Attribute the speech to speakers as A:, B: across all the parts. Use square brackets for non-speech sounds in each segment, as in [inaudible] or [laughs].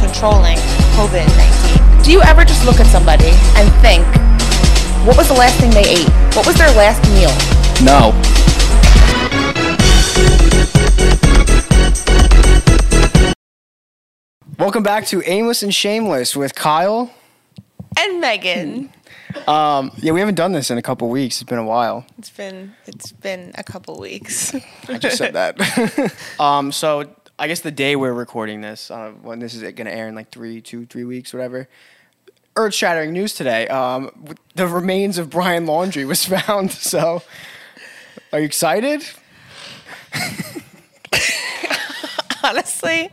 A: controlling COVID 19.
B: Do you ever just look at somebody and think, what was the last thing they ate? What was their last meal?
C: No. Welcome back to Aimless and Shameless with Kyle.
A: And Megan.
C: Um, yeah, we haven't done this in a couple weeks. It's been a while.
A: [laughs] It's been it's been a couple weeks. [laughs]
C: I just said that. [laughs] um, so I guess the day we're recording this, uh, when this is going to air in like three, two, three weeks, whatever. Earth shattering news today. Um, w- the remains of Brian Laundry was [laughs] found. So, are you excited?
A: Honestly,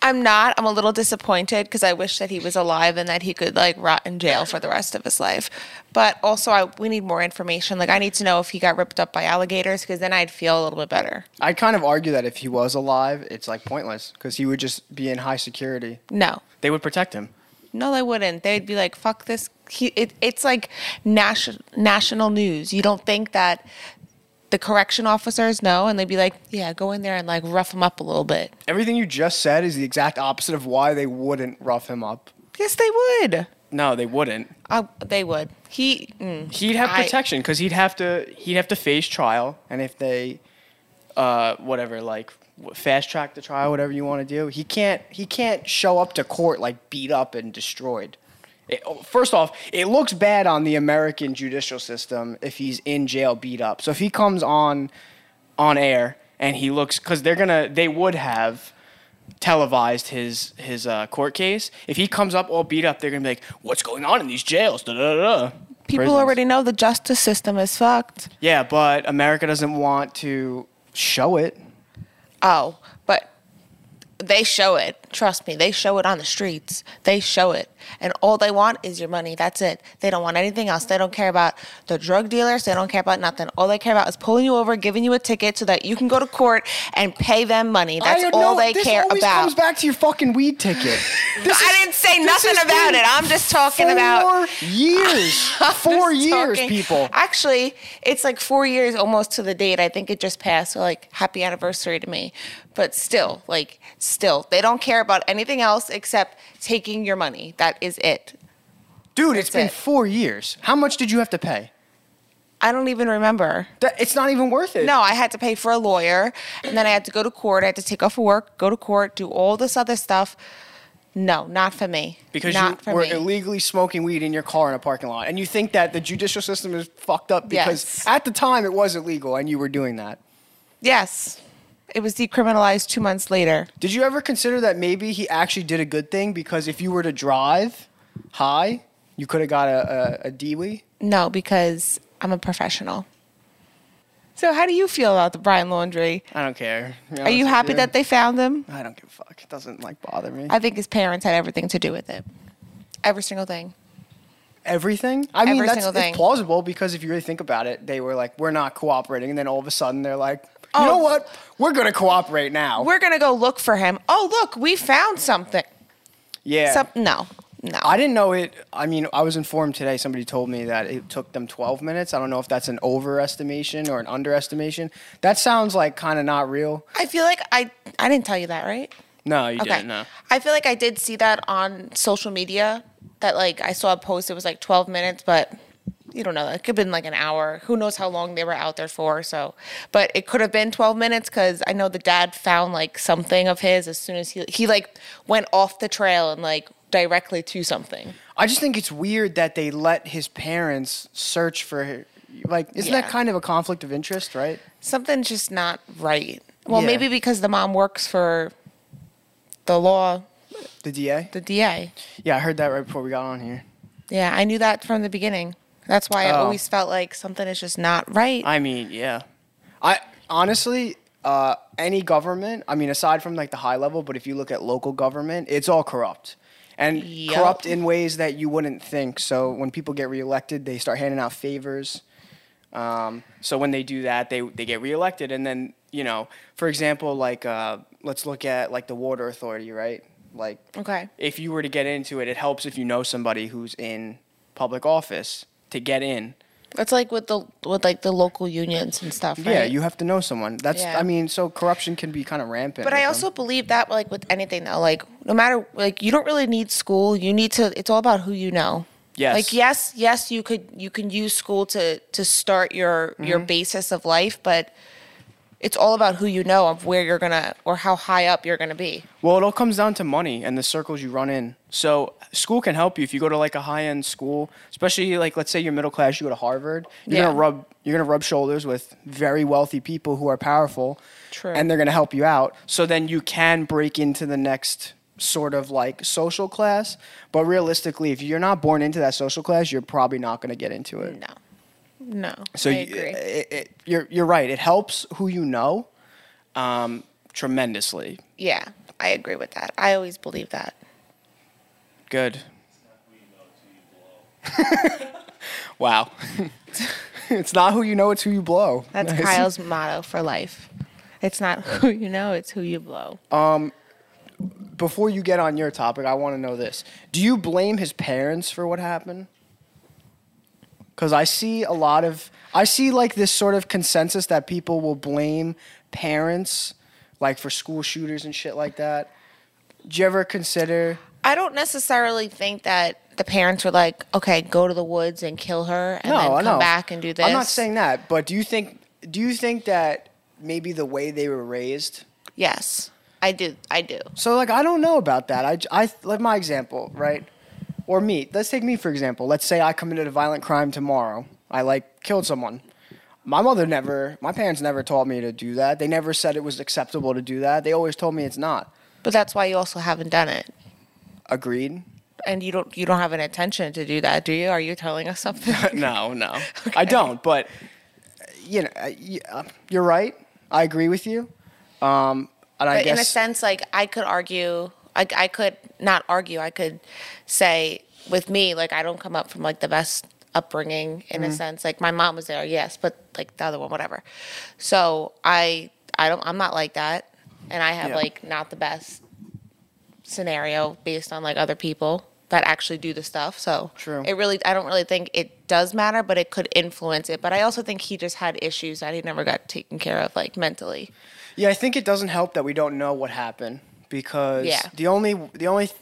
A: I'm not. I'm a little disappointed because I wish that he was alive and that he could like rot in jail for the rest of his life. But also, I, we need more information. Like, I need to know if he got ripped up by alligators because then I'd feel a little bit better.
C: I kind of argue that if he was alive, it's like pointless because he would just be in high security.
A: No,
C: They would protect him.
A: No, they wouldn't. They'd be like, "Fuck this." He, it, it's like national national news. You don't think that the correction officers know, and they'd be like, "Yeah, go in there and like rough him up a little bit."
C: Everything you just said is the exact opposite of why they wouldn't rough him up.
A: Yes, they would.
C: No, they wouldn't.
A: Uh, they would. He. Mm.
C: He'd have
A: I-
C: protection because he'd have to he'd have to face trial, and if they, uh, whatever, like w- fast track the trial, whatever you want to do, he can't he can't show up to court like beat up and destroyed. It, oh, first off, it looks bad on the American judicial system if he's in jail beat up. So if he comes on on air and he looks because they're gonna they would have televised his his uh, court case. If he comes up all beat up, they're gonna be like, "What's going on in these jails?" Da, da, da, da."
A: People
C: Prisons.
A: already know the justice system is fucked.
C: Yeah, but America doesn't want to show it.
A: Oh, but they show it. Trust me, they show it on the streets. They show it. And all they want is your money. That's it. They don't want anything else. They don't care about the drug dealers. They don't care about nothing. All they care about is pulling you over, giving you a ticket so that you can go to court and pay them money. That's
C: I don't
A: all
C: know,
A: they
C: this
A: care
C: always
A: about.
C: comes back to your fucking weed
A: [laughs]
C: ticket. This
A: I
C: is
A: didn't say
C: this
A: nothing
C: has
A: about
C: been
A: it. I'm just talking about
C: four
A: [laughs]
C: years. [laughs] Four
A: just
C: years,
A: talking.
C: people.
A: Actually, it's like four years almost to the date. I think it just passed. So like, happy anniversary to me. But still, like, still, they don't care about anything else except taking your money. That is it.
C: Dude, it's
A: That's
C: been
A: it.
C: four years. How much did you have to pay?
A: I don't even remember.
C: That, it's not even worth it.
A: No, I had to pay for a lawyer, and then I had to go to court. I had to take off of work, go to court, do all this other stuff. No, not for me.
C: because
A: not
C: you
A: for
C: were
A: me.
C: illegally smoking weed in your car in a parking lot, and you think that the judicial system is fucked up because
A: Yes.
C: at the time it was illegal and you were doing that.
A: yes, it was decriminalized two months later.
C: Did you ever consider that maybe he actually did a good thing because if you were to drive high, you could have got a, a, a DWI?
A: No, because I'm a professional. So how do you feel about the Brian Laundry?
C: I don't care.
A: Are you happy that they found him?
C: I don't give a fuck. It doesn't like bother me.
A: I think his parents had everything to do with it. Every single thing.
C: Everything. I mean,
A: Every
C: that's
A: single
C: it's
A: thing.
C: plausible because if you really think about it, they were like, "We're not cooperating," and then all of a sudden they're like, "You
A: Oh.
C: know what? We're gonna cooperate now."
A: We're gonna go look for him. Oh look, we found something.
C: yeah.
A: Some, no, no.
C: I didn't know it. I mean, I was informed today. Somebody told me that it took them 12 minutes. I don't know if that's an overestimation or an underestimation. That sounds like kind of not real.
A: I feel like I I didn't tell you that, right?
C: No, you
A: Okay. I feel like I did see that on social media that like I saw a post it was like 12 minutes but you don't know it could have been like an hour who knows how long they were out there for so but it could have been 12 minutes cuz I know the dad found like something of his as soon as he he like went off the trail and like directly to something
C: I just think it's weird that they let his parents search for like isn't
A: Yeah.
C: that kind of a conflict of interest, right?
A: something's just not right well
C: Yeah.
A: maybe because the mom works for the law
C: The DA?
A: the DA
C: Yeah, I heard that right before we got on here.
A: yeah I knew that from the beginning that's why I
C: Oh.
A: always felt like something is just not right
C: I mean, yeah. I honestly uh, any government, I mean aside from like the high level, but if you look at local government, it's all corrupt. And
A: Yup.
C: corrupt in ways that you wouldn't think. So when people get reelected, they start handing out favors. Um, so when they do that, they they get reelected, and then you know, for example, like uh, let's look at like the water authority, right? Like,
A: Okay.
C: if you were to get into it, it helps if you know somebody who's in public office to get in.
A: It's like with the with like the local unions and stuff.
C: Yeah,
A: right?
C: you have to know someone. That's
A: Yeah.
C: I mean, so corruption can be kind of rampant.
A: But
C: with
A: I
C: them.
A: also believe that like with anything though, like no matter like you don't really need school. You need to. It's all about who you know.
C: Yes.
A: Like yes, yes, you could you can use school to to start your
C: Mm-hmm.
A: your basis of life, but it's all about who you know of where you're gonna or how high up you're gonna be.
C: Well, it all comes down to money and the circles you run in. So school can help you if you go to like a high end school, especially like let's say you're middle class, you go to Harvard. You're gonna
A: Yeah.
C: rub you're gonna rub shoulders with very wealthy people who are powerful.
A: True.
C: And they're gonna help you out. So then you can break into the next sort of like social class. But realistically, if you're not born into that social class, you're probably not gonna get into it.
A: No, no.
C: So uh,
A: I
C: you-
A: agree.
C: It, it, you're you're right. It helps who you know um, tremendously.
A: yeah, I agree with that. I always believe that.
C: Good. [laughs] wow. it's not who you know, it's who you blow. [laughs]
A: That's
C: Nice.
A: Kyle's motto for life. It's not [laughs] who you know, it's who you blow.
C: Before you get on your topic, I want to know this. Do you blame his parents for what happened? Because I see a lot of, I see like this sort of consensus that people will blame parents, like for school shooters and shit like that. Do you ever consider?
A: I don't necessarily think that the parents were like, okay, go to the woods and kill her and
C: no,
A: then
C: I
A: come
C: know.
A: back and do this.
C: I'm not saying that, but do you think do you think that maybe the way they were raised?
A: Yes, I do. I do.
C: So like I don't know about that. I j- I like my example, right? Or me. Let's take me for example. Let's say I committed a violent crime tomorrow. I like killed someone. My mother never, my parents never taught me to do that. They never said it was acceptable to do that. They always told me it's not.
A: But that's why you also haven't done it.
C: Agreed?
A: And you don't you don't have an intention to do that, do you? Are you telling us something?
C: [laughs] [laughs] no, no. I don't, but you know, I- y- uh, you're right. I agree with you. Um, and I
A: but
C: guess
A: in a sense, like I could argue, I, I could not argue. I could say with me, like I don't come up from like the best upbringing in
C: Mm.
A: a sense. Like my mom was there, yes, but like the other one, whatever. So I, I don't, I'm not like that, and I have
C: Yeah.
A: like not the best scenario based on like other people that actually do the stuff. So
C: True.
A: it really, I don't really think it does matter, but it could influence it. But I also think he just had issues that he never got taken care of, like mentally.
C: Yeah, I think it doesn't help that we don't know what happened because
A: Yeah.
C: the only the only th-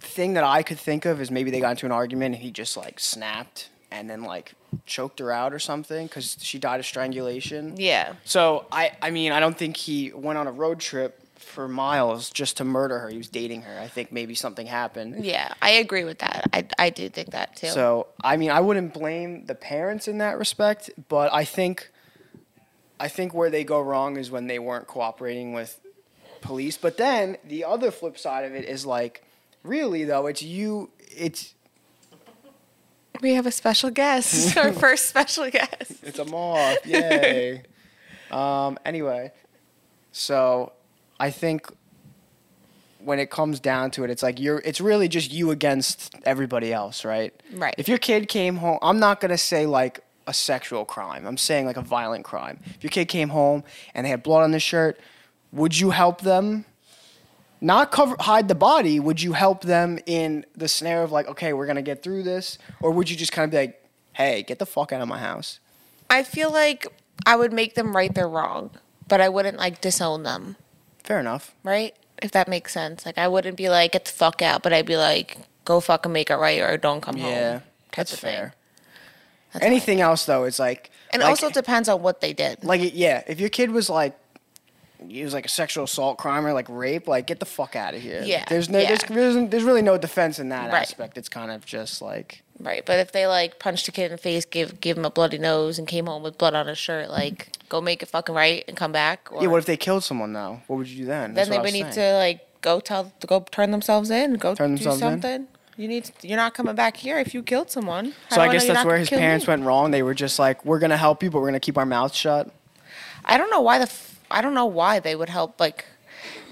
C: thing that I could think of is maybe they got into an argument and he just like snapped and then like choked her out or something because she died of strangulation.
A: Yeah.
C: So I I mean I don't think he went on a road trip for miles just to murder her. He was dating her. I think maybe something happened.
A: Yeah, I agree with that. I, I do think that too.
C: So I mean, I wouldn't blame the parents in that respect, but I think, I think where they go wrong is when they weren't cooperating with police. But then the other flip side of it is like, really though, it's you. It's
A: we have a special guest, [laughs] our first special guest.
C: it's a moth, yay. um. Anyway, so I think when it comes down to it, it's like you're. It's really just you against everybody else, right?
A: Right.
C: If your kid came home, I'm not gonna say like a sexual crime. I'm saying like a violent crime. If your kid came home and they had blood on their shirt, would you help them? Not cover hide the body. Would you help them in the snare of like, okay, we're gonna get through this, or would you just kind of be like, hey, get the fuck out of my house?
A: I feel like I would make them right their wrong, but I wouldn't like disown them,
C: Fair enough.
A: right? If that makes sense. Like, I wouldn't be like, get the fuck out, but I'd be like, go fucking make it right or don't come home.
C: Yeah,
A: type
C: that's
A: of thing.
C: fair.
A: That's how I
C: Anything else though, it's like
A: And
C: like-
A: also it depends on what they did.
C: like it- yeah, if your kid was like he was like a sexual assault crime or like rape, like get the fuck out of here.
A: Yeah,
C: there's no
A: yeah.
C: There's, there's there's really no defense in that
A: Right.
C: aspect. It's kind of just like
A: Right. But if they like punched a kid in the face, gave, gave him a bloody nose, and came home with blood on his shirt, like, go make it fucking right and come back. Or
C: yeah, what if they killed someone though? What would you do then? That's
A: then they
C: what I
A: would
C: was
A: need
C: saying.
A: to like go tell to go turn themselves in, go
C: Turn
A: do
C: themselves in?
A: something. You need to- you're not coming back here if you killed someone. How
C: So
A: do
C: I
A: know
C: guess
A: you're
C: that's
A: not
C: where
A: gonna
C: his
A: kill
C: parents
A: me?
C: went wrong. They were just like, "We're gonna help you, but we're gonna keep our mouths shut."
A: I don't know why the f- I don't know why they would help. Like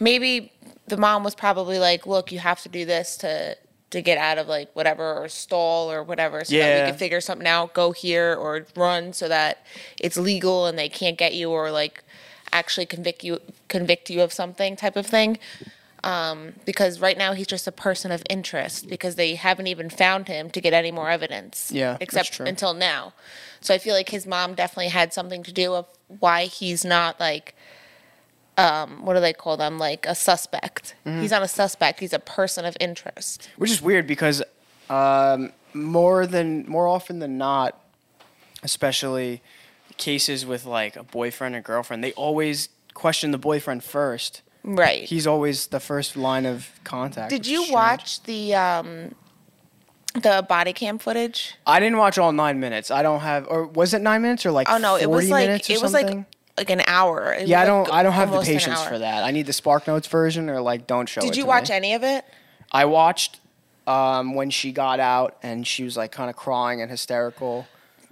A: maybe the mom was probably like, "Look, you have to do this to." To get out of like whatever or stall or whatever, so that
C: Yeah.
A: we can figure something out. Go here or run, so that it's legal and they can't get you or like actually convict you convict you of something type of thing. um, because right now he's just a person of interest because they haven't even found him to get any more evidence.
C: Yeah, that's
A: except
C: true.
A: until now. So I feel like his mom definitely had something to do with why he's not like, um, what do they call them? Like a suspect.
C: Mm-hmm.
A: He's not a suspect. He's a person of interest.
C: which is weird because um, more than more often than not, especially cases with like a boyfriend or girlfriend, they always question the boyfriend first.
A: Right.
C: He's always the first line of contact.
A: Did
C: which
A: you
C: is strange.
A: watch the um, the body cam footage?
C: I didn't watch all nine minutes. I don't have, or was it nine minutes or like?
A: Oh no, it
C: 40
A: was like
C: minutes or
A: it was
C: something?
A: like like an hour. It
C: Yeah, I
A: was,
C: don't.
A: like,
C: I don't have the
A: almost an
C: patience
A: hour.
C: for that. I need the Spark Notes version, or like, don't show. it
A: Did you
C: to
A: watch
C: me.
A: any of it?
C: I watched um, when she got out, and she was like kind of crying and hysterical.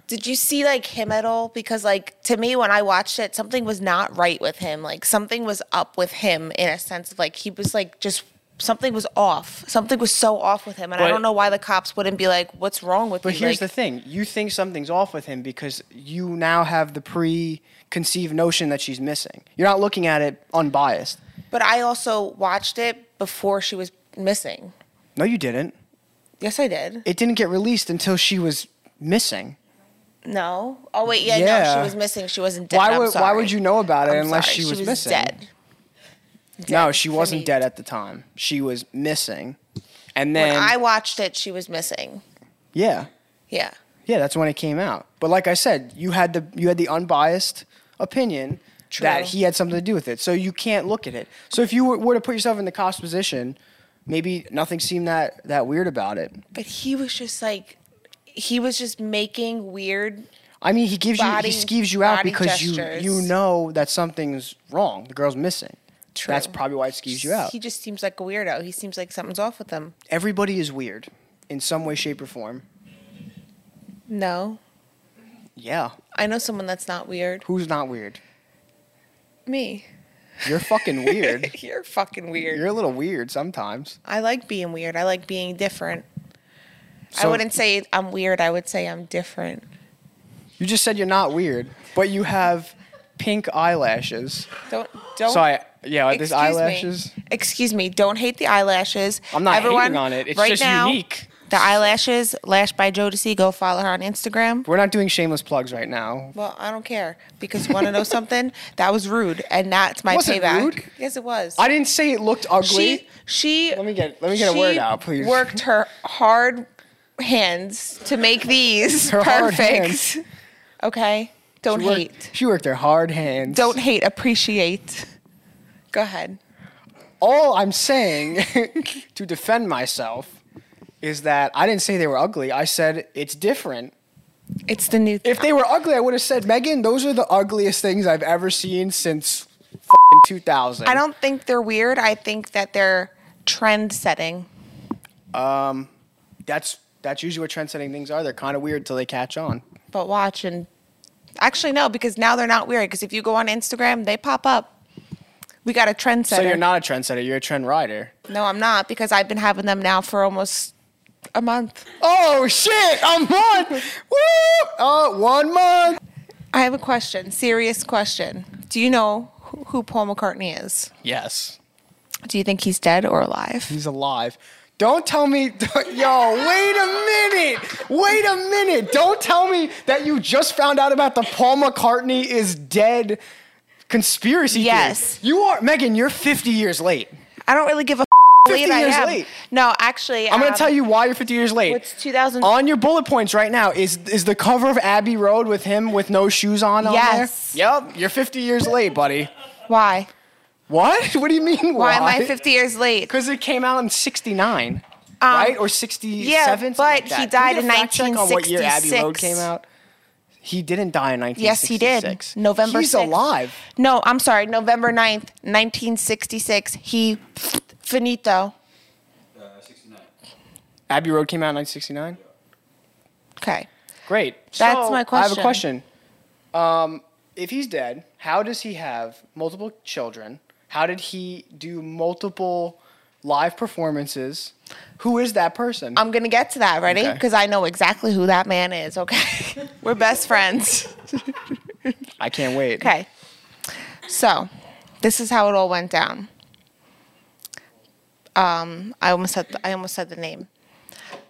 A: Did you see like him at all? Because like to me, when I watched it, something was not right with him. Like something was up with him in a sense of like he was like just something was off. Something was so off with him, and I
C: But-
A: don't know why the cops wouldn't be like, "What's wrong with?"
C: But
A: you?
C: here's
A: Like,
C: the thing: you think something's off with him because you now have the preconceived notion that she's missing. You're not looking at it unbiased.
A: But I also watched it before she was missing.
C: No, you didn't.
A: Yes, I did.
C: It didn't get released until she was missing.
A: No. Oh wait, yeah, no,
C: Yeah.
A: she was missing. She wasn't dead.
C: Why
A: I'm
C: would- why
A: sorry.
C: would you know about it
A: I'm
C: unless
A: sorry.
C: she was missing?
A: Dead.
C: no,
A: Dead
C: she
A: for
C: wasn't
A: me.
C: dead at the time. She was missing, and then
A: When I watched it, she was missing.
C: yeah,
A: Yeah.
C: yeah, that's when it came out. But like I said, you had the you had the unbiased opinion that
A: True.
C: he had something to do with it, so you can't look at it. So if you were, were to put yourself in the cop's position, maybe nothing seemed that that weird about it.
A: But he was just like, he was just making weird.
C: I mean, he gives
A: Body-
C: you he skeeves you out
A: body
C: because
A: gestures.
C: you you know that something's wrong. The girl's missing.
A: True.
C: That's probably why it skeeves you out.
A: He just seems like a weirdo. He seems like something's off with him.
C: Everybody is weird in some way, shape, or form.
A: No.
C: Yeah.
A: I know someone that's not weird.
C: Who's not weird?
A: Me.
C: You're fucking weird.
A: [laughs] You're fucking weird.
C: You're a little weird sometimes.
A: I like being weird. I like being different. I
C: So-
A: wouldn't say I'm weird. I would say I'm different.
C: You just said you're not weird, but you have pink eyelashes.
A: Don't don't.
C: Sorry, yeah, these
A: Oh, Excuse
C: eyelashes.
A: Me. Excuse me. Don't hate the eyelashes.
C: I'm not hating
A: Everyone,
C: on it. It's
A: right
C: just
A: now,
C: unique.
A: The eyelashes, Lash by Jodeci. Go follow her on Instagram.
C: We're not doing shameless plugs right now.
A: Well, I don't care because you want
C: [laughs]
A: to know something? That was rude, and that's my
C: Wasn't
A: payback.
C: rude.
A: Yes, it was.
C: I didn't say it looked ugly.
A: she she.
C: Let me get- let me get a
A: she
C: word out, please.
A: Worked her hard hands to make these
C: Her hard
A: perfect.
C: hands.
A: Okay, don't
C: She worked-
A: hate.
C: She worked her hard hands.
A: Don't hate. Appreciate. Go ahead.
C: All I'm saying [laughs] to defend myself is that I didn't say they were ugly. I said it's different.
A: It's the new.
C: If they were ugly, I would have said, Megan, those are the ugliest things I've ever seen since fing 2000.
A: I don't think they're weird. I think that they're trend setting.
C: That's that's usually what trend setting things are. They're kind of weird till they catch on.
A: But watch and actually no, because now they're not weird. Because if you go on Instagram, they pop up. We got a trend
C: So
A: setter.
C: you're not a trendsetter. You're a trend rider.
A: No, I'm not because I've been having them now for almost a month.
C: Oh shit! I'm on. Woo! Oh, one month.
A: I have a question. Serious question. Do you know who who Paul McCartney is?
C: Yes,
A: Do you think he's dead or alive?
C: he's alive. Don't tell me, [laughs] yo. Wait a minute. Wait a minute. Don't tell me that you just found out about the Paul McCartney is dead conspiracy. theory.
A: Yes.
C: You are, Megan. You're 50 years late.
A: I don't really give a f-
C: 50
A: late I
C: years
A: am.
C: late.
A: No, actually,
C: I'm
A: um,
C: gonna tell you why you're 50 years late.
A: It's 2000.
C: on your bullet points right now is is the cover of Abbey Road with him with no shoes on
A: Yes.
C: on there? Yep, you're 50 years late, buddy.
A: Why?
C: What? [laughs] What do you mean
A: Why
C: why?
A: am I 50 years late?
C: Cuz it came out in 69, right? Or 67?
A: Um, yeah,
C: something
A: but
C: like that. Can
A: he
C: we
A: died
C: get
A: in
C: a fact check on what year Abbey Road
A: 1966?
C: came out? He didn't die in 1966.
A: Yes, he did. November.
C: He's
A: 6th.
C: alive.
A: No, I'm sorry. November 9th, 1966. He finito.
D: Uh, 69.
C: Abbey Road came out in 1969?
A: Okay.
C: Great.
A: That's my
C: I have a
A: question.
C: question. Um, if he's dead, how does he have multiple children? How did he do multiple live performances? Who is that person?
A: I'm going to get to that. Ready?
C: Okay.
A: Because I know exactly who that man is. Okay. [laughs] We're best friends.
C: I can't wait.
A: Okay. So, this is how it all went down. um, I almost said I almost said the name.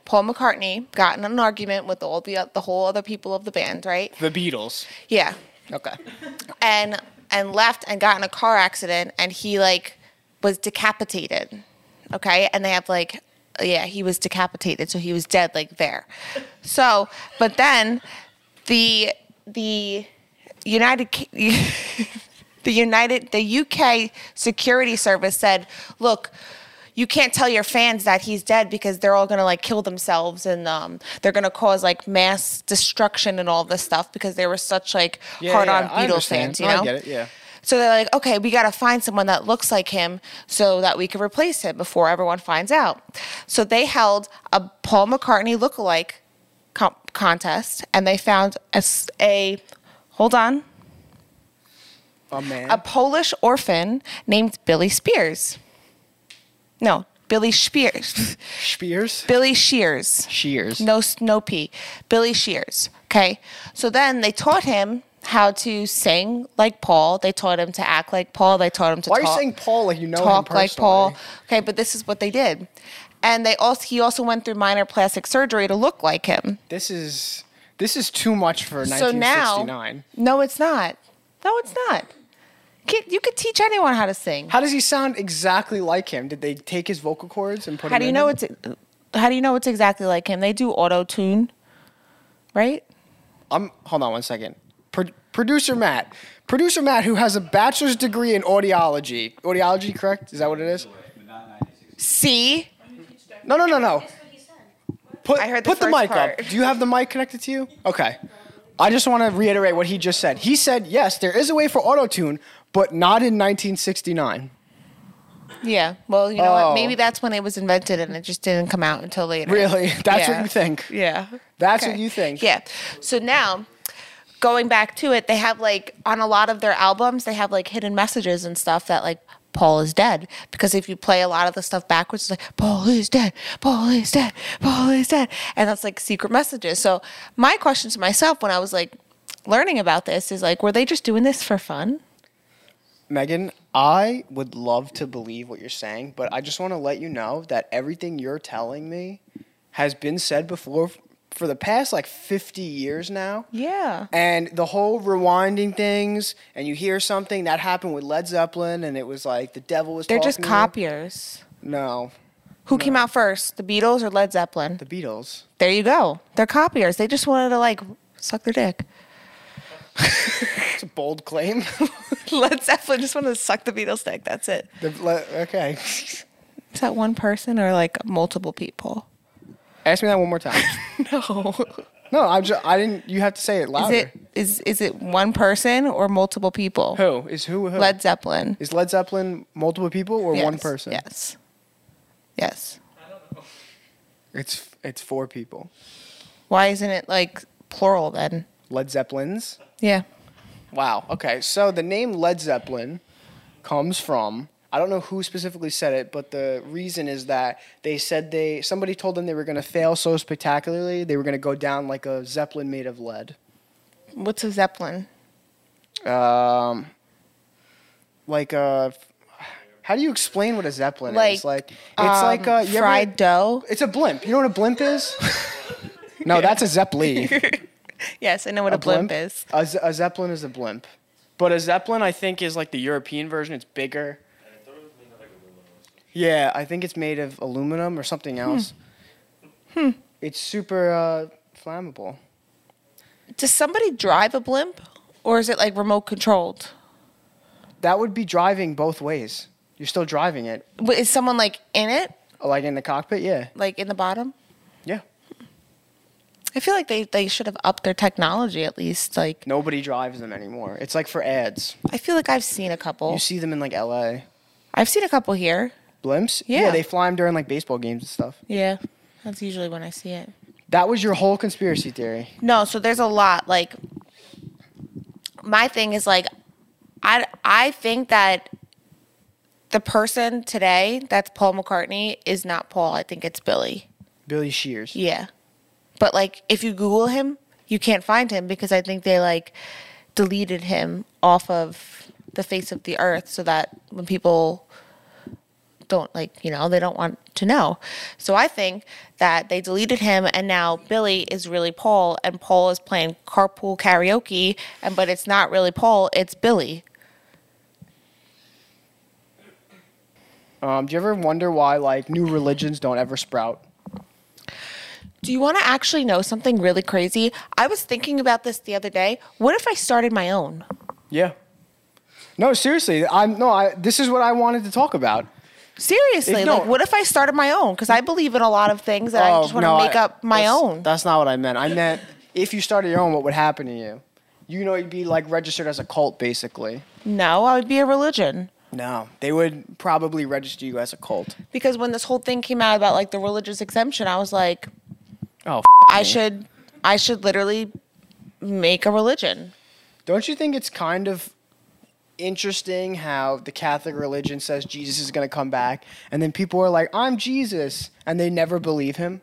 A: Paul McCartney got in an argument with all the the whole other people of the band, right?
C: The Beatles.
A: Yeah,
C: Okay.
A: and and left and got in a car accident, and he like was decapitated. Okay, and they have like yeah, he was decapitated, so he was dead like there. So, but then the the United Ki- [laughs] the United the UK security service said, "Look, you can't tell your fans that he's dead because they're all going to like kill themselves and um, they're going to cause like mass destruction and all this stuff because they were such like
C: Yeah,
A: hard on
C: yeah, I
A: Beatles
C: understand.
A: fans, you
C: No, I
A: know?"
C: get it, yeah.
A: So they're like, okay, we got to find someone that looks like him so that we can replace him before everyone finds out. So they held a Paul McCartney look-alike com- contest, and they found a, s- a- hold on
C: A man.
A: a Polish orphan named Billy Spears. No, Billy Spears. [laughs]
C: Spears.
A: Billy Shears.
C: Shears.
A: No, s- no P. Billy Shears. Okay. So then they taught him how to sing like Paul. They taught him to act like Paul. They taught him to
C: Why are you
A: talk,
C: saying Paul like you know him
A: talk like Paul.
C: personally?
A: Okay, but this is what they did. And they also he also went through minor plastic surgery to look like him.
C: This is this is too much for
A: So now
C: 1969.
A: No, it's not. No, it's not. Can't- You could teach anyone how to sing.
C: How does he sound exactly like him? Did they take his vocal cords and put?
A: How
C: them
A: do you
C: in
A: know
C: him?
A: it's how do you know it's exactly like him? They do auto tune, right?
C: I'm hold on one second. Pro- producer Matt, producer Matt, who has a bachelor's degree in audiology. Audiology, correct? Is that what it is?
D: but not 96.
A: See,
C: No, no, no, no. Put
A: I heard the
C: put the
A: first
C: mic
A: part.
C: up. Do you have the mic connected to you? Okay. I just want to reiterate what he just said. He said yes, there is a way for auto tune, but not in 1969.
A: yeah. Well, you know
C: Oh.
A: what? Maybe that's when it was invented, and it just didn't come out until later.
C: Really? [laughs] That's
A: Yeah.
C: what you think?
A: Yeah.
C: That's what you think?
A: Yeah. So now, going back to it, they have like on a lot of their albums, they have like hidden messages and stuff that like Paul is dead because if you play a lot of the stuff backwards, it's like Paul is dead, Paul is dead, Paul is dead, and that's like secret messages. So my question to myself when I was like learning about this is like, were they just doing this for fun?
C: Megan, I would love to believe what you're saying, but I just want to let you know that everything you're telling me has been said before f- for the past like 50 years now.
A: Yeah.
C: And the whole rewinding things, and you hear something that happened with Led Zeppelin, and it was like the devil was.
A: They're just
C: talking to them.
A: copiers.
C: No,
A: Who came out first, the Beatles or Led Zeppelin?
C: the Beatles.
A: There you go. They're copiers. They just wanted to like suck their dick. [laughs]
C: It's a bold claim. [laughs]
A: Led Zeppelin just wanted to suck the Beatles dick. That's it.
C: The- le- okay. [laughs]
A: Is that one person or like multiple people?
C: Ask me that one more time.
A: [laughs] No.
C: No, I'm just. I didn't. You have to say it
A: Is
C: louder.
A: it is is it one person or multiple people?
C: Who is who? Who
A: Led Zeppelin.
C: is Led Zeppelin? Multiple people or one
A: Yes,
C: person?
A: Yes. Yes.
C: It's it's four people.
A: Why isn't it like plural then?
C: Led Zeppelins.
A: Yeah.
C: Wow. Okay. So the name Led Zeppelin comes from I don't know who specifically said it, but the reason is that they said they somebody told them they were going to fail so spectacularly they were going to go down like a zeppelin made of lead.
A: What's a Zeppelin?
C: Um, like a. How do you explain what a zeppelin
A: Like, um,
C: is? Like it's like a you ever-
A: fried dough.
C: it's a blimp. You know what a blimp
A: [laughs]
C: is? no, that's a zeppelin.
A: Yes, I know what a, blimp? is.
C: A, ze- a zeppelin is a blimp. But a zeppelin, I think, is like the European version. It's bigger. Yeah, I think it's made of aluminum or something else. Hmm. It's super uh, flammable.
A: Does somebody drive a blimp, or is it like remote controlled?
C: That would be driving both ways. You're still driving it,
A: Wait, Is someone like in it,
C: like in the cockpit. Yeah,
A: like in the bottom?
C: yeah.
A: I feel like they, they should have upped their technology at least. Like
C: Nobody drives them anymore. It's like for ads.
A: I feel like I've seen a couple.
C: You see them in like L.A.
A: I've seen a couple here.
C: Blimps.
A: Yeah.
C: they fly them during like baseball games and stuff.
A: Yeah. That's usually when I see it.
C: That was your whole conspiracy theory.
A: No, so there's a lot. Like my thing is like I I think that the person today that's Paul McCartney is not Paul. I think it's Billy.
C: Billy Shears.
A: Yeah. But like if you Google him, you can't find him because I think they like deleted him off of the face of the earth so that when people don't like, you know, they don't want to know. So I think that they deleted him and now Billy is really Paul and Paul is playing carpool karaoke and but it's not really Paul, it's Billy.
C: Um, do you ever wonder why like new religions don't ever sprout?
A: Do you want to actually know something really crazy? I was thinking about this the other day. What if I started my own?
C: Yeah. No, seriously. I'm no. I this is what I wanted to talk about.
A: Seriously,
C: If- no. Oh,
A: like what if I started my own? Because I believe in a lot of things and I just want to
C: Um, no,
A: make
C: I-
A: up my
C: that's-
A: own.
C: That's not what I meant. I meant if you started your own, what would happen to you? You know, you'd be like registered as a cult, basically.
A: No, I would be a religion.
C: No, they would probably register you as a cult.
A: Because when this whole thing came out about like the religious exemption, I was like,
C: Oh,
A: I should, I should literally make a religion.
C: Don't you think it's kind of interesting how the Catholic religion says Jesus is going to come back, and then people are like, "I'm Jesus," and they never believe him?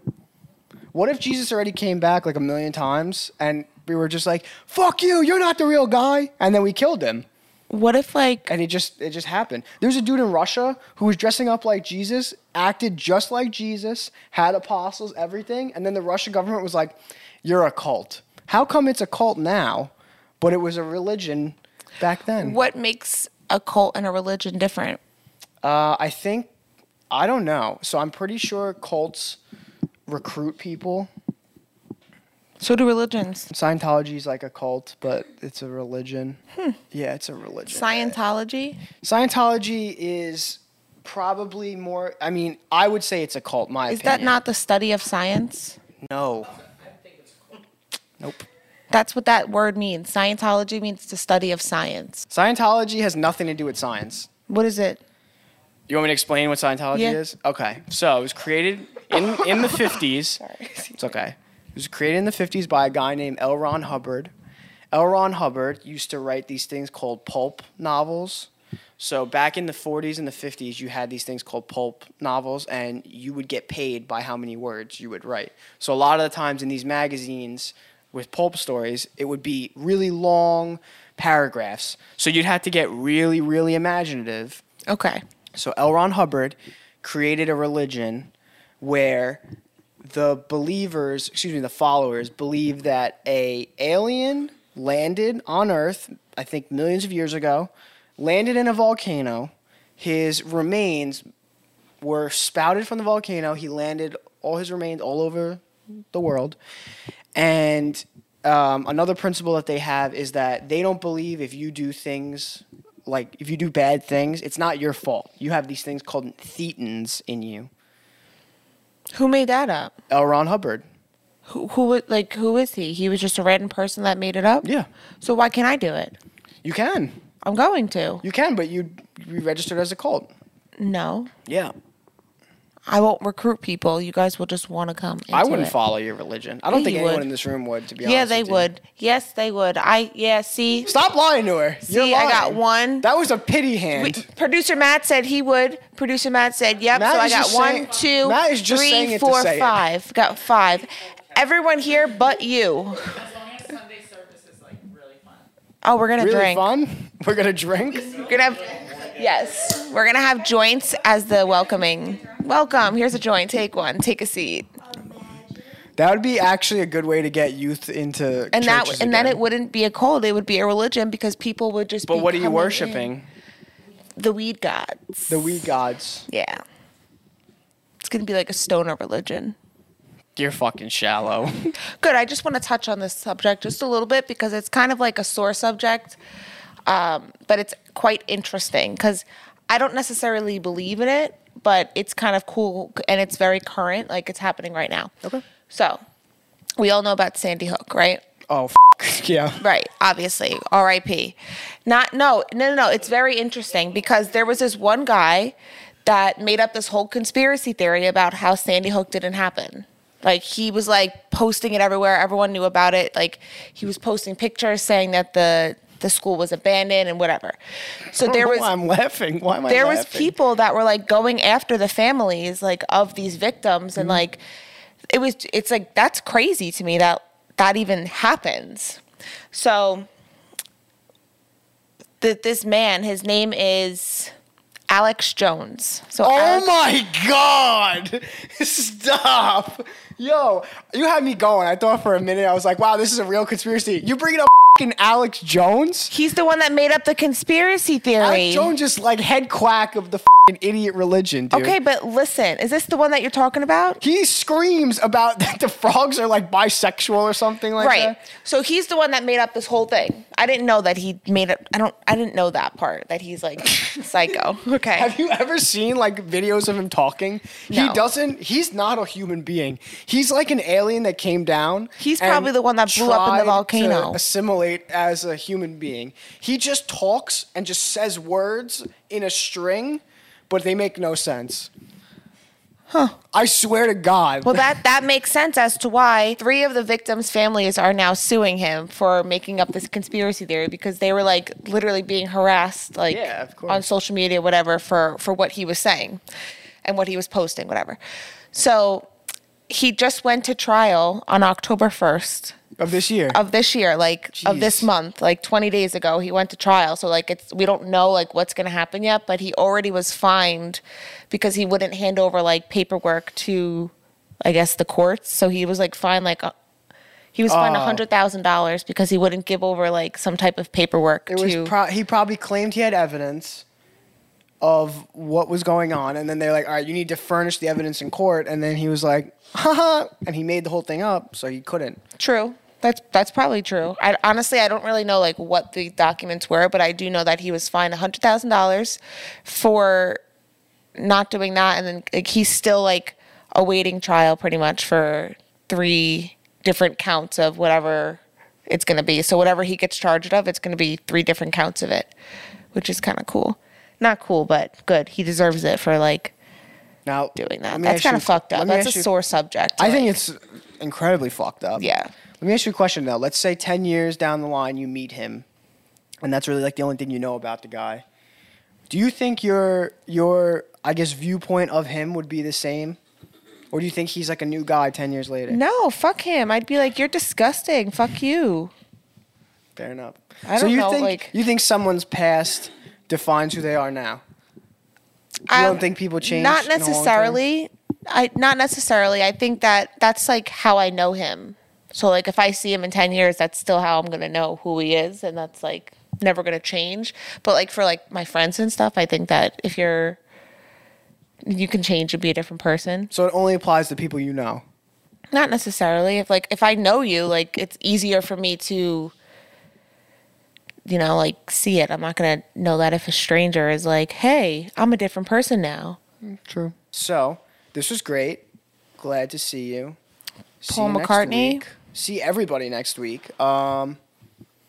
C: What if Jesus already came back like a million times, and we were just like, "Fuck you, you're not the real guy," and then we killed him?
A: What if like
C: and it just it just happened. There's a dude in Russia who was dressing up like Jesus, acted just like Jesus, had apostles, everything, and then the Russian government was like, "You're a cult." How come it's a cult now, but it was a religion back then?
A: what makes a cult and a religion different?
C: Uh, I think I don't know. So I'm pretty sure cults recruit people.
A: So do religions.
C: Scientology is like a cult, but it's a religion.
A: Hmm.
C: Yeah, it's a religion.
A: Scientology.
C: Scientology is probably more. I mean, I would say it's a cult. My
A: Is that
C: opinion.
A: not the study of science?
C: No. Nope.
A: That's what that word means. Scientology means the study of science.
C: Scientology has nothing to do with science.
A: What is it?
C: You want me to explain what Scientology
A: Yeah.
C: is? Okay. So it was created in, in the 50s. It's okay. It was created in the 50s by a guy named L. Ron Hubbard. L. Ron Hubbard used to write these things called pulp novels. So back in the 40s and the 50s, you had these things called pulp novels, and you would get paid by how many words you would write. So a lot of the times in these magazines with pulp stories, it would be really long paragraphs. So you'd have to get really, really imaginative.
A: Okay.
C: So L. Ron Hubbard created a religion where the believers, excuse me, the followers believe that a alien landed on Earth, I think millions of years ago, landed in a volcano. His remains were spouted from the volcano. He landed all his remains all over the world. And um, another principle that they have is that they don't believe if you do things like if you do bad things, it's not your fault. You have these things called thetans in you.
A: Who made that up?
C: L. Ron Hubbard.
A: Who, who wa- like who is he? He was just a random person that made it up.
C: Yeah.
A: So why can't I do it?
C: You can,
A: I'm going to.
C: you can, but you'd be registered as a cult.
A: No,
C: Yeah,
A: I won't recruit people. You guys will just want to come.
C: I
A: into
C: wouldn't
A: it.
C: follow your religion. I don't
A: Yeah,
C: think
A: you
C: anyone
A: would.
C: in this room would. To be honest,
A: Yeah, they
C: with you.
A: would. Yes, they would. I yeah. See,
C: Stop lying to her. You're
A: See, I got
C: lying.
A: one.
C: That was a pity hand.
A: we, producer Matt said he would. Producer Matt said, "Yep."
C: Matt
A: so I
C: is
A: got
C: just
A: one,
C: saying-
A: two,
C: Matt is just
A: three,
C: saying it to
A: four,
C: say it.
A: five. Got five. Everyone here but you.
E: As long as Sunday service is like really fun.
A: Oh, we're gonna
C: really
A: drink.
C: fun. [laughs] We're gonna drink.
A: We're gonna have yes. We're gonna have joints as the welcoming. Welcome. Here's a joint. Take one. Take a seat.
C: That would be actually a good way to get youth into
A: And that
C: churches
A: and then
C: again.
A: it wouldn't be a cult. It would be a religion because people would just.
C: But
A: be
C: what are you
A: coming in.
C: worshiping?
A: The weed gods.
C: The we gods.
A: Yeah. It's gonna be like a stoner religion.
C: You're fucking shallow.
A: Good. I just want to touch on this subject just a little bit because it's kind of like a sore subject, um, but it's quite interesting because I don't necessarily believe in it, but it's kind of cool and it's very current. Like it's happening right now. Okay. So we all know about Sandy Hook, right?
C: [laughs] oh, f- yeah.
A: Right, obviously. R.I.P. Not no, no, no, no. It's very interesting because there was this one guy that made up this whole conspiracy theory about how Sandy Hook didn't happen. Like he was like posting it everywhere. Everyone knew about it. Like he was posting pictures saying that the the school was abandoned and whatever. So
C: Oh,
A: there was
C: I'm laughing. Why am I
A: there
C: laughing?
A: was people that were like going after the families like of these victims
C: Mm-hmm.
A: and like it was it's like that's crazy to me that that even happens so that this man his name is Alex Jones. So
C: Oh
A: Alex-
C: my god! [laughs] Stop! Yo, you had me going. I thought for a minute I was like, wow, this is a real conspiracy. You bringing up fing Alex Jones?
A: he's the one that made up the conspiracy theory.
C: Alex Jones just like head quack of the fing idiot religion, dude.
A: Okay, but listen, is this the one that you're talking about?
C: He screams about [laughs] that the frogs are like bisexual or something like
A: Right.
C: that.
A: So he's the one that made up this whole thing. I didn't know that he made up. I don't. I didn't know that part that he's [laughs] like psycho. Okay.
C: Have you ever seen like videos of him talking?
A: No.
C: He doesn't. He's not a human being. He's like an alien that came down.
A: He's
C: and
A: probably the one that blew up in the
C: tried
A: volcano.
C: To assimilate as a human being. He just talks and just says words in a string, but they make no sense. Huh? I swear to God.
A: Well, that that makes sense as to why three of the victims' families are now suing him for making up this conspiracy theory because they were like literally being harassed, like
C: Yeah, of course.
A: on social media, whatever, for for what he was saying and what he was posting, whatever. So he just went to trial on October first
C: of this year.
A: of this year, like of this
C: Jeez.
A: month, like 20 days ago, he went to trial. So like it's we don't know like what's gonna happen yet, but he already was fined because he wouldn't hand over like paperwork to, I guess the courts. So he was like fined like. Uh, he was fined a
C: Oh.
A: hundred thousand dollars because he wouldn't give over like some type of paperwork
C: it
A: to.
C: was pro- he probably claimed he had evidence of what was going on and then they're like all right you need to furnish the evidence in court and then he was like haha and he made the whole thing up so he couldn't
A: true. That's that's probably true. I honestly I don't really know like what the documents were, but I do know that he was fined a hundred thousand dollars for not doing that and then like, he's still like awaiting trial pretty much for three different counts of whatever it's going to be so whatever he gets charged of it's going to be three different counts of it which is kind of cool not cool but good he deserves it for like
C: now
A: doing
C: let
A: that
C: me
A: that's
C: ask you-
A: kind of fucked up
C: let me
A: that's a
C: ask you-
A: sore subject
C: i think
A: like-
C: it's incredibly fucked up
A: Yeah.
C: let me ask you a question though let's say 10 years down the line you meet him and that's really like the only thing you know about the guy do you think your your i guess viewpoint of him would be the same or do you think he's like a new guy 10 years later
A: no fuck him i'd be like you're disgusting fuck you
C: Fair enough.
A: I
C: so
A: don't
C: you
A: know,
C: think
A: like-
C: you think someone's past defines who they are now? You
A: Um,
C: don't think people change?
A: Not
C: in the long term?
A: necessarily. I not necessarily. I think that that's like how I know him. So like if I see him in 10 years, that's still how I'm going to know who he is and that's like never going to change. But like for like my friends and stuff, I think that if you're you can change and be a different person.
C: So it only applies to people you know.
A: Not necessarily. If like if I know you, like it's easier for me to you know, like see it. I'm not going to know that if a stranger is like, "Hey, I'm a different person now."
C: True. So this was great. Glad to see you. See
A: Paul
C: you next
A: McCartney?
C: week. See everybody next week. Um,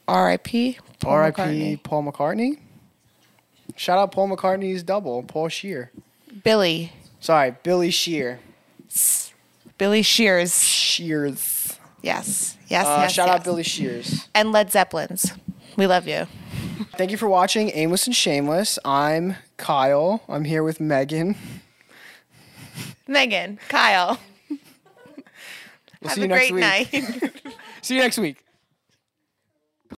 A: R.I.P. Paul
C: R.I.P.
A: McCartney.
C: Paul McCartney. Shout out Paul McCartney's double, Paul Shear.
A: Billy.
C: Sorry, Billy Shear.
A: Billy Shears.
C: Shears.
A: Yes. Yes.
C: Uh,
A: yes
C: shout
A: yes.
C: out Billy Shears.
A: And Led Zeppelins. We love you.
C: Thank you for watching Aimless and Shameless. I'm Kyle. I'm here with Megan.
A: Megan, Kyle.
C: We'll
A: have
C: see you
A: a
C: next
A: great
C: week.
A: night. [laughs]
C: See you next week.